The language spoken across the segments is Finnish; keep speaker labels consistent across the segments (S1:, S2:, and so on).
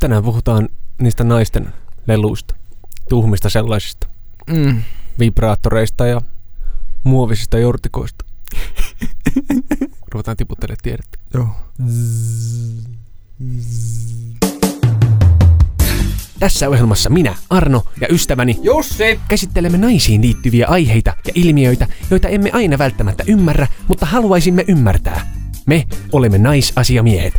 S1: Tänään puhutaan niistä naisten leluista, tuhmista sellaisista,
S2: Mm.
S1: vibraattoreista ja muovisista jortikoista. Ruvetaan tiputtelemaan tiedettä.
S2: Joo.
S1: Tässä ohjelmassa minä, Arno ja ystäväni
S2: Jussi!
S1: käsittelemme naisiin liittyviä aiheita ja ilmiöitä, joita emme aina välttämättä ymmärrä, mutta haluaisimme ymmärtää. Me olemme naisasiamiehet.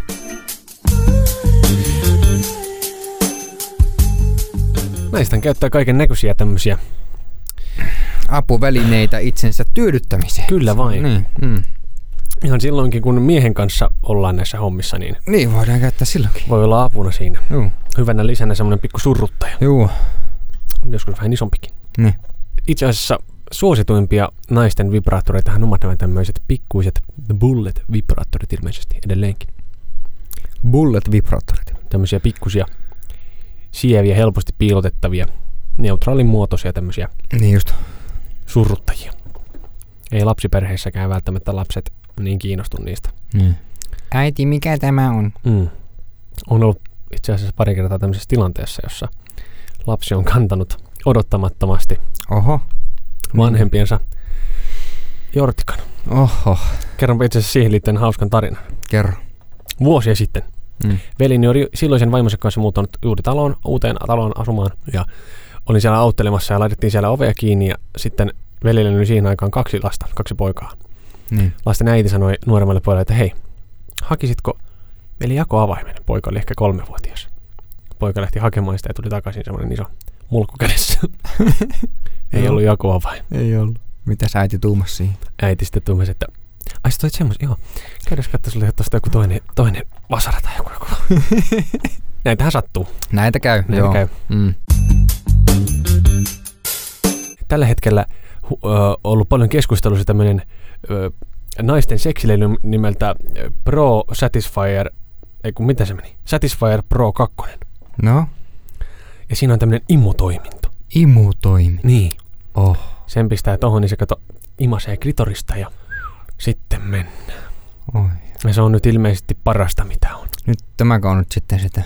S1: Naistan käyttää kaiken näköisiä tämmöisiä.
S2: Apuvälineitä itsensä tyydyttämiseen.
S1: Kyllä vain.
S2: Niin, mm.
S1: Ihan silloinkin, kun miehen kanssa ollaan näissä hommissa, niin
S2: niin, voidaan käyttää silloinkin.
S1: voi olla apuna siinä.
S2: Joo.
S1: Hyvänä lisänä semmoinen pikku surruttaja,
S2: Joo.
S1: joskus vähän isompikin.
S2: Niin.
S1: Itse asiassa suosituimpia naisten vibraattoreitahan ovat nämä tämmöiset pikkuiset bullet-vibraattorit ilmeisesti edelleenkin.
S2: Bullet vibraattorit.
S1: Tämmöisiä pikkusia, sieviä, helposti piilotettavia, neutraalin muotoisia tämmöisiä
S2: Niin just.
S1: surruttajia. Ei lapsiperheissäkään välttämättä lapset niin kiinnostu niistä.
S2: Niin. Äiti, mikä tämä on?
S1: Mm. On ollut itse asiassa pari kertaa tämmöisessä tilanteessa, jossa lapsi on kantanut odottamattomasti
S2: Oho.
S1: vanhempiensa jortikan.
S2: Oho.
S1: Kerronpa itse asiassa siihen liittyen hauskan tarinan.
S2: Kerro.
S1: Vuosia sitten
S2: Mm.
S1: Velini oli silloisen vaimonsa kanssa muuttanut juuri taloon, uuteen taloon asumaan ja olin siellä auttelemassa ja laitettiin siellä ovea kiinni ja sitten veljellä oli siihen aikaan kaksi lasta, kaksi poikaa.
S2: Niin.
S1: Lasten äiti sanoi nuoremmalle pojalle, että hei, hakisitko veli jakoavaimen? Poika oli ehkä kolmevuotias. Poika lähti hakemaan sitä ja tuli takaisin semmoinen iso mulkku kädessä. Ei
S2: Joo.
S1: ollut jakoavain.
S2: Ei ollut. Mitä sä äiti tuumas siihen?
S1: Äiti sitten tuumasi, että ai sä toit semmoisen, joo. Käydäs katsoa sulle tuosta joku toinen, toinen vasara tai joku. joku. Näitähän sattuu.
S2: Näitä käy.
S1: Näin käy.
S2: Mm.
S1: tällä hetkellä hu- ö, ollut paljon keskustelussa tämmöinen ö, naisten seksileily nimeltä ö, Pro Satisfyer, ei kun mitä se meni, Satisfyer Pro 2.
S2: No,
S1: Ja siinä on tämmöinen imutoiminto.
S2: imutoimi.
S1: Niin.
S2: Oh.
S1: Sen pistää tohon, niin se kato imasee klitorista ja sitten men.
S2: Oi.
S1: Ja se on nyt ilmeisesti parasta mitä on.
S2: Nyt tämäkö on nyt sitten sitä?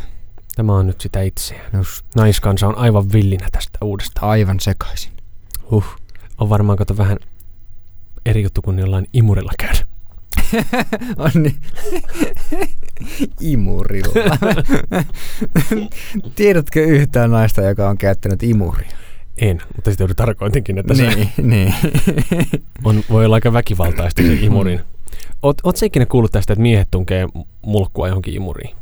S1: Tämä on nyt sitä itseään.
S2: Just
S1: Naiskansa on aivan villinä tästä uudesta.
S2: aivan sekaisin.
S1: Huh. On varmaan kato vähän eri juttu kuin jollain imurilla käydä.
S2: Onni. niin. Imurilla. Tiedätkö yhtään naista, joka on käyttänyt imuria?
S1: En, mutta sitten oli tarkoitinkin, että No se
S2: Niin, niin.
S1: on, voi olla aika väkivaltaista se imurin. Oot, oot sä ikinä kuullut tästä, että miehet tunkee mulkkua johonkin imuriin?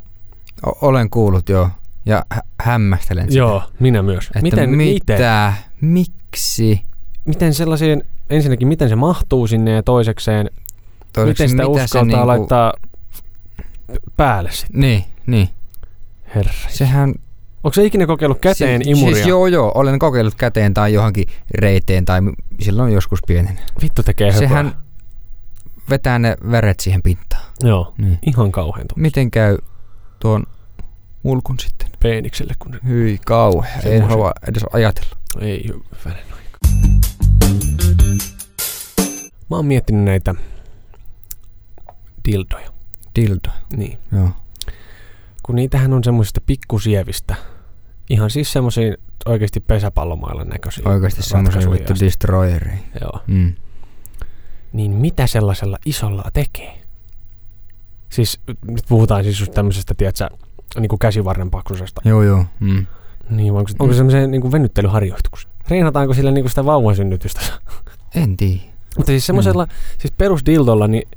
S2: O- olen kuullut joo. Ja hä- hämmästelen sitä.
S1: Joo, minä myös.
S2: Että
S1: miten,
S2: mitä?
S1: miten,
S2: Miksi?
S1: miten sellaisiin, ensinnäkin miten se mahtuu sinne ja toisekseen,
S2: Toiseksi,
S1: miten sitä
S2: mitä se
S1: uskaltaa
S2: niinku-
S1: laittaa päälle sitten?
S2: Niin, niin.
S1: Herra.
S2: Sehän...
S1: Onko se ikinä kokeillut käteen
S2: siis,
S1: imuria?
S2: Siis joo joo, olen kokeillut käteen tai johonkin reiteen tai m- silloin joskus pienen.
S1: Vittu tekee höpöä.
S2: Sehän vetää ne väret siihen pintaan.
S1: Joo,
S2: Niin.
S1: ihan kauhean tuon
S2: Miten käy tuon mulkun sitten?
S1: peenikselle, kun
S2: Hyi kauhea,
S1: Se
S2: en
S1: musi-
S2: halua edes ajatella.
S1: Ei hyvänen aika. Mä oon miettinyt näitä dildoja.
S2: Dildo.
S1: Niin.
S2: Joo.
S1: Kun niitähän on semmoisista pikkusievistä. Ihan siis semmoisia oikeasti pesäpallomailan näköisiä.
S2: Oikeasti semmoisen
S1: ratkaisuja
S2: vittu
S1: asti.
S2: destroyeri.
S1: Joo.
S2: Mm.
S1: Niin mitä sellaisella isolla tekee? Siis nyt puhutaan siis just tämmöisestä, tiedätkö, niin kuin käsivarren paksuisesta.
S2: Joo joo. Mm.
S1: Niin, vai onko, onko semmoisen niin kuin venyttelyharjoitus? Reenataanko sillä niin kuin sitä vauvasynnytystä?
S2: En tiedä.
S1: Mutta siis semmoisella, mm. siis perusdildolla, niin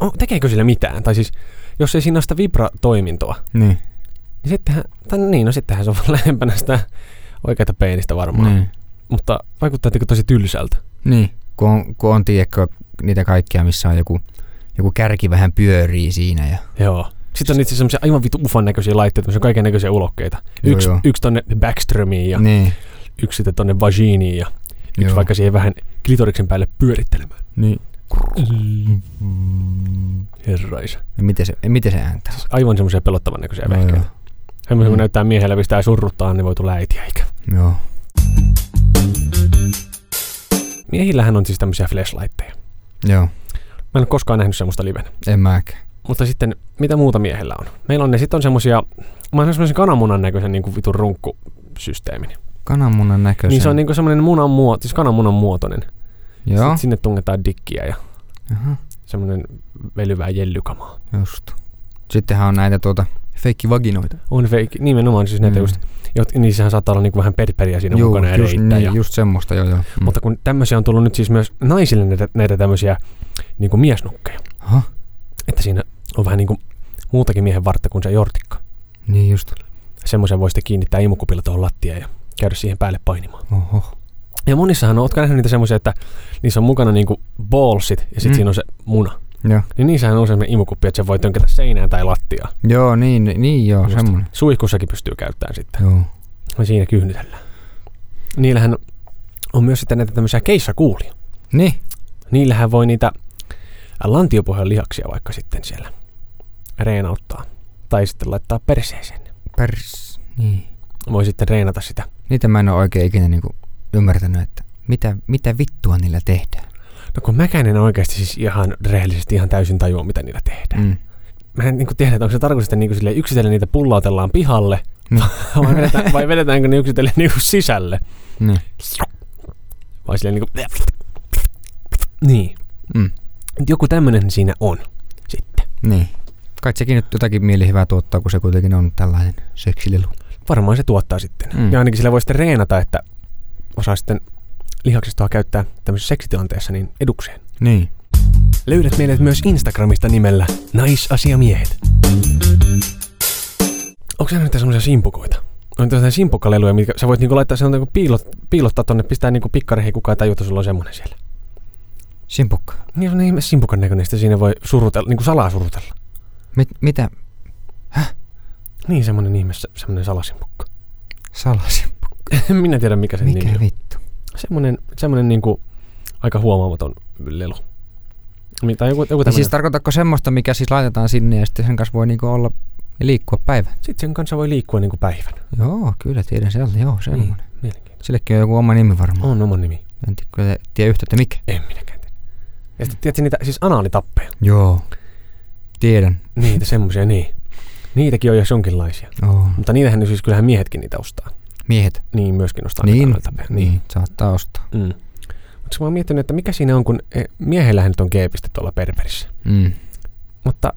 S1: on, tekeekö sillä mitään? Tai siis, jos ei siinä ole sitä vibratoimintoa,
S2: Niin.
S1: niin sittenhän, tai niin, no sittenhän se on lähempänä sitä oikeata peenistä varmaan.
S2: Niin.
S1: Mutta vaikuttaa tietenkin tosi tylsältä.
S2: niin. Kun on, kun on tiedätkö, niitä kaikkia, missä on joku, joku kärki vähän pyörii siinä. Ja...
S1: Joo. Sitten on itse semmoisia aivan vitu ufan näköisiä laitteita, missä on kaiken näköisiä ulokkeita.
S2: Joo,
S1: Yksi,
S2: joo.
S1: yksi tonne Backströmiin ja niin.
S2: Niin.
S1: yksi sitten tonne Vaginiin ja yksi
S2: Joo.
S1: vaikka siihen vähän klitoriksen päälle pyörittelemään.
S2: Niin.
S1: Herraisa.
S2: Ja miten se, miten se ääntää?
S1: Siis aivan semmoisia pelottavan näköisiä
S2: Joo,
S1: vehkeitä. Semmoisia, kun
S2: Mm.
S1: näyttää miehellä pistää surruttaa, niin voi tulla äitiä ikä.
S2: joo. joo.
S1: Miehillähän on siis tämmöisiä flashlightteja.
S2: Joo.
S1: Mä en ole koskaan nähnyt semmoista livenä.
S2: En mäkään.
S1: Mutta sitten, mitä muuta miehellä on? Meillä on ne, sitten on semmosia, mä oon semmoisen kananmunan näköisen niin kuin vitun runkkusysteemin.
S2: Kananmunan näköisen.
S1: Niin se on niin kuin semmoinen munan muoto, siis kananmunan muotoinen.
S2: Joo.
S1: Sitten sinne tungetaan dikkiä ja
S2: Aha,
S1: semmoinen velyvää jellykamaa.
S2: just. Sittenhän on näitä tuota feikkivaginoita.
S1: On feikki, nimenomaan siis näitä mm. just, jot, niissähän saattaa olla niinku vähän perperiä siinä
S2: Juu,
S1: mukana ja
S2: just,
S1: reittä
S2: niin,
S1: ja,
S2: just semmoista, joo joo. Mm.
S1: Mutta kun tämmöisiä on tullut nyt siis myös naisille näitä, näitä tämmöisiä niinku miesnukkeja,
S2: Aha,
S1: että siinä on vähän niinku muutakin miehen vartta kuin se jortikka.
S2: niin just.
S1: Semmoisen voi sitten kiinnittää imukupilla tuohon lattiaan ja käydä siihen päälle painimaan.
S2: Oho.
S1: Ja monissahan on, ootko nähnyt niitä semmoisia, että niissä on mukana niinku ballsit ja sitten
S2: Mm.
S1: mm. siinä on se muna.
S2: Joo,
S1: Niin niissähän on semmoinen imukuppi, että se voi tönkätä seinään tai lattiaan.
S2: joo niin, niin joo,
S1: Just.
S2: semmoinen.
S1: Suihkussakin pystyy käyttämään sitten.
S2: Joo.
S1: Me siinä kyhnytellään. Niillähän on myös sitten näitä tämmöisiä keissakuulia.
S2: Niin,
S1: Niillähän voi niitä lantiopohjan lihaksia vaikka sitten siellä reenauttaa. Tai sitten laittaa perseeseen.
S2: pers, niin.
S1: Voi sitten reenata sitä.
S2: Niitä mä en ole oikein ikinä niinku ymmärtänyt, että mitä, mitä vittua niillä tehdään.
S1: No kun mäkään en oikeasti siis ihan rehellisesti ihan täysin tajua, mitä niillä tehdään.
S2: Mm.
S1: Mä en niin tiedä, että onko se tarkoitus, että niin sille yksitellen niitä pullautellaan pihalle,
S2: Niin.
S1: vai, vedetään, vai vedetäänkö ne yksitellen niin sisälle.
S2: Niin.
S1: Vai silleen niin kuin... Niin.
S2: Mm.
S1: Joku tämmöinen siinä on.
S2: Niin. Kai sekin nyt jotakin mielihyvää tuottaa, kun se kuitenkin on tällainen seksilelu.
S1: varmaan se tuottaa sitten.
S2: Mm.
S1: Mm. Ja ainakin sillä voi sitten reenata, että osaa sitten lihaksistoa käyttää tämmöisessä seksitilanteessa niin edukseen.
S2: Niin.
S1: Löydät meidät myös Instagramista nimellä naisasiamiehet. Onko näitä semmoisia simpukoita? On tämmöisiä simpukaleluja, mitkä sä voit niinku laittaa sen niinku piilot, piilottaa tonne, pistää niinku pikkareihin kukaan tajua, että sulla on semmoinen siellä.
S2: Simpukka.
S1: Niin on ihme simpukan näköinen, sitten siinä voi surutella, niinku salaa surutella.
S2: Mit, mitä?
S1: Niin semmoinen ihme, se- semmoinen salasimpukka.
S2: Salasin.
S1: Minä tiedän mikä sen
S2: Mikä
S1: nimi on.
S2: vittu?
S1: semmoinen, semmoinen niinku aika huomaamaton lelu. Mi- Tai joku, joku
S2: Ja siis
S1: siis
S2: tarkoitatko semmoista, mikä siis laitetaan sinne ja sitten sen kanssa voi niinku olla ja liikkua päivän?
S1: Sitten sen kanssa voi liikkua niinku päivän.
S2: Joo, kyllä tiedän sieltä. Joo, semmoinen. Niin.
S1: Mielenkiintoista.
S2: Sillekin on joku oma nimi varmaan.
S1: On oma nimi.
S2: En tiedä, kyllä tiedä yhtä, että mikä.
S1: En minäkään tiedä. Ja sitten tiedätkö niitä, siis anaalitappeja.
S2: Joo. Tiedän.
S1: Niitä semmoisia, niin. Niitäkin on jos jonkinlaisia.
S2: Joo.
S1: Mutta niitähän siis kyllähän miehetkin niitä ostaa.
S2: Miehet.
S1: Niin myöskin ostaa
S2: Niin.
S1: niitä anaalitappeja.
S2: Niin. Saattaa ostaa.
S1: Mm. Mutta mä oon miettinyt, että mikä siinä on, kun eh, miehellähän nyt on G-piste tuolla perperissä.
S2: Mm.
S1: Mutta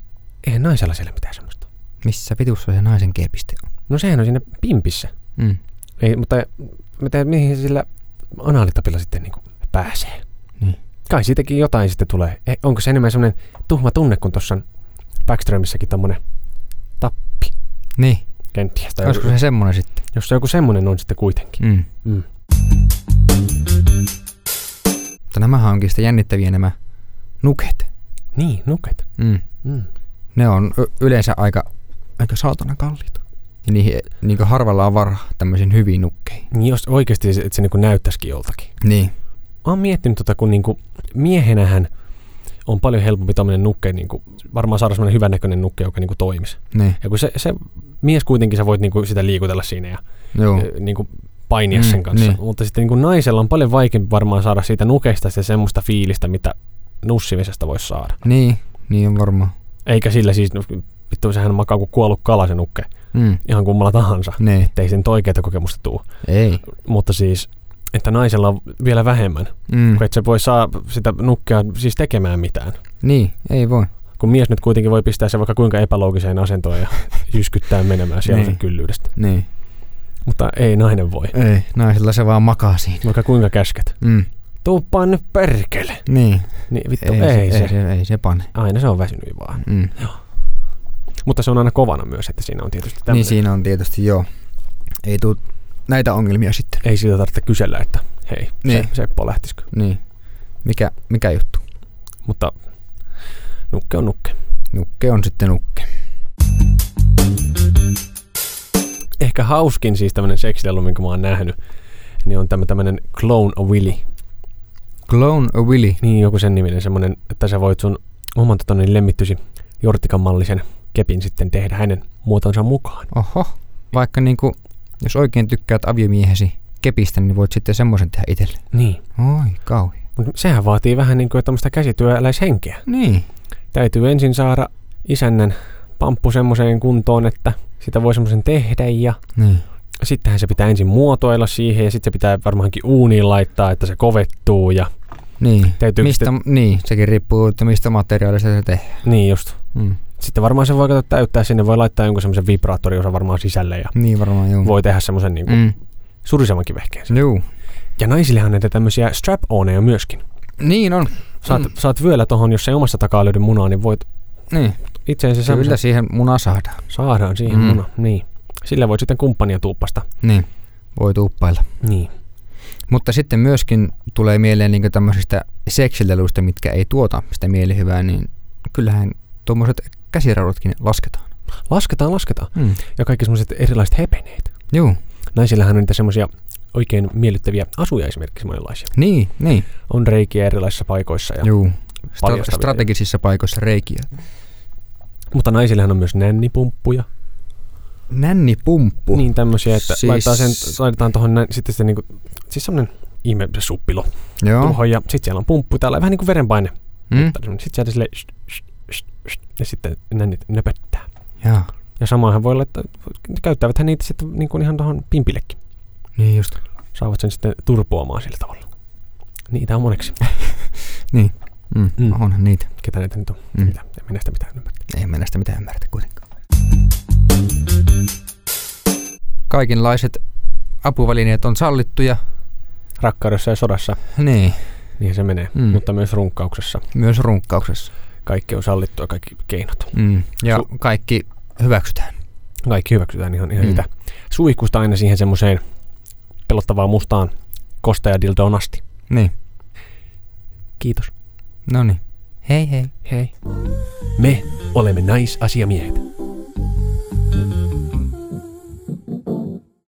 S1: eihän naisella siellä mitään semmoista.
S2: Missä vitussa se naisen G-piste on?
S1: No sehän on siinä pimpissä.
S2: Mm.
S1: Ei, mutta mitä, mihin sillä anaalitapilla sitten niin pääsee?
S2: Niin.
S1: Kai siitäkin jotain sitten tulee. Eh, onko se enemmän semmoinen tuhma tunne kuin tuossa Backströmissäkin tommonen tappi?
S2: Niin.
S1: Kenties. Tai
S2: Olisiko
S1: joku,
S2: se semmoinen sitten?
S1: jos se joku semmoinen on sitten kuitenkin.
S2: Mm.
S1: Mm.
S2: Mutta nämähän onkin sitten jännittäviä nämä nuket.
S1: Niin, nuket.
S2: Mm.
S1: Mm.
S2: Ne on y- yleensä aika, aika saatana kalliita. Ja niihin niin harvalla on varaa tämmöisiin hyviin nukkeihin.
S1: Niin jos oikeasti, se- että se niinku näyttäisikin joltakin.
S2: Niin.
S1: Mä oon miettinyt tota, kun niinku miehenähän on paljon helpompi tämmöinen nukke, niinku, varmaan saada semmoinen hyvännäköinen nukke, joka niinku toimisi.
S2: Niin.
S1: Ja kun se, se mies kuitenkin, sä voit niinku sitä liikutella siinä ja
S2: Joo.
S1: niin kuin painia
S2: Mm,
S1: mm, sen kanssa.
S2: niin.
S1: Niin. Mutta sitten niin kuin naisella on paljon vaikeampi varmaan saada siitä nukeista sitä semmoista fiilistä, mitä nussimisesta voisi saada.
S2: Niin. Niin on varmaan.
S1: Eikä sillä siis, no, vittu sehän makaa kuin kuollut kala se nukke,
S2: Mm.
S1: ihan kummalla tahansa.
S2: Niin.
S1: Ettei sen oikeita kokemusta tuu.
S2: Ei.
S1: Mutta siis, että naisella on vielä vähemmän,
S2: Mm.
S1: kun et se voi saa sitä nukkea siis tekemään mitään.
S2: Niin. Ei voi.
S1: Kun mies nyt kuitenkin voi pistää sen vaikka kuinka epäloogiseen asentoon ja jyskyttää menemään siellä
S2: Niin.
S1: sen kyllyydestä.
S2: Niin.
S1: Mutta ei nainen voi.
S2: Ei. Naisilla se vaan makaa siinä.
S1: Vaikka kuinka käsket.
S2: Mm.
S1: Tuuppaan nyt perkele.
S2: Niin.
S1: Niin vittu, ei, ei se.
S2: Ei se, ei se pane.
S1: Aina se on väsynyt vaan.
S2: Mm.
S1: Mutta se on aina kovana myös, että siinä on tietysti tämmöinen.
S2: Niin siinä on tietysti joo. Ei tuu näitä ongelmia sitten.
S1: Ei siitä tarvitse kysellä, että hei,
S2: Niin.
S1: niin. se, Seppo lähtisikö.
S2: Niin. Mikä, mikä juttu?
S1: Mutta nukke on nukke.
S2: Nukke on sitten nukke.
S1: Ehkä hauskin siis tämmönen seksilelu, minkä mä oon nähnyt, niin on tämä tämmönen Clone a Willy.
S2: Clone a Willy.
S1: Niin joku sen niminen semmonen, että sä voit sun oman tota, niin lemmittysi jortikan mallisen kepin sitten tehdä hänen muotonsa mukaan.
S2: Oho. Vaikka niinku, jos oikein tykkäät aviomiehesi kepistä, niin voit sitten semmoisen tehdä itselle.
S1: Niin.
S2: Oi, kauhi.
S1: Mut sehän vaatii vähän niin kuin tämmöistä niinku, käsityöläishenkeä.
S2: Niin.
S1: Täytyy ensin saada isännän pamppu semmoiseen kuntoon, että sitä voi semmoisen tehdä ja
S2: Niin.
S1: sittenhän se pitää ensin muotoilla siihen ja sitten se pitää varmaankin uuniin laittaa, että se kovettuu ja
S2: Niin.
S1: Täytyykö
S2: mistä, niin, sekin riippuu, että mistä materiaalista se tehdään.
S1: niin just.
S2: Mm.
S1: Sitten varmaan se voi kato täyttää sinne, voi laittaa jonkun semmoisen vibraattoriosan varmaan sisälle ja
S2: Niin varmaan, joo.
S1: voi tehdä semmoisen niin
S2: Mm.
S1: surisemankin vehkeen.
S2: Juu.
S1: Ja naisillehan on näitä tämmöisiä strap-oneja myöskin.
S2: Niin on.
S1: Saat,
S2: Mm.
S1: mm. saat vyöllä tohon, jos ei omasta takaa löydy munaa, niin voit
S2: Niin.
S1: itse asiassa
S2: Kyllä
S1: semmoisen
S2: siihen muna saadaan.
S1: saadaan siihen
S2: Mm.
S1: mm. muna. Niin. Sillä voit sitten kumppania tuuppasta.
S2: Niin. Voi tuuppailla.
S1: Niin.
S2: Mutta sitten myöskin tulee mieleen niin tämmöisistä seksileluista, mitkä ei tuota sitä mielihyvää, niin kyllähän tuommoiset käsiraudutkin lasketaan.
S1: Lasketaan, lasketaan.
S2: Mm.
S1: Ja kaikki semmoiset erilaiset hepeneet.
S2: Joo.
S1: Naisillähän on niitä semmoisia oikein miellyttäviä asuja esimerkiksi monenlaisia.
S2: Niin, niin.
S1: On reikiä erilaisissa paikoissa. Ja,
S2: Juu. Stra-
S1: Paljastavia.
S2: strategisissa paikoissa reikiä.
S1: mutta naisillähän on myös nännipumppuja.
S2: Nännipumppu.
S1: Niin tämmöisiä, että
S2: Siis-
S1: siis... laitetaan, sen, laitetaan tuohon näin, sitten se niinku, siis semmoinen ihme suppilo
S2: Joo.
S1: tuohon ja sitten siellä on pumppu, täällä vähän niin kuin verenpaine.
S2: Mm?
S1: Sitten siellä sille sh, sh, sh, sh, ja sitten nännit nöpöttää.
S2: Jaa.
S1: Ja samaahan voi olla, että käyttäväthän niitä sitten niin kuin ihan tuohon pimpillekin.
S2: Niin just.
S1: Saavat sen sitten turpoamaan sillä tavalla. Niitä on moneksi.
S2: Mm. Mm.
S1: Mm.
S2: Onhan niitä.
S1: Ketä näitä nyt on?
S2: Mm.
S1: Mm. Mitä? En minä sitä mitään ymmärrä.
S2: Ei mennä sitä mitään ymmärtää kuitenkaan. Kaikenlaiset apuvälineet on sallittuja.
S1: Rakkaudessa ja sodassa,
S2: Niin,
S1: niin se menee.
S2: Mm.
S1: Mm. Mutta myös runkkauksessa
S2: myös runkkauksessa.
S1: kaikki on sallittua, kaikki keinot.
S2: Mm. Ja
S1: Su-
S2: kaikki hyväksytään.
S1: Kaikki hyväksytään ihan, ihan
S2: Mm.
S1: mm. sitä suihkusta aina siihen semmoiseen pelottavaan mustaan kostajadildoon asti.
S2: Niin,
S1: Kiitos.
S2: no niin. Hei hei.
S1: Hei. Me olemme naisasiamiehet.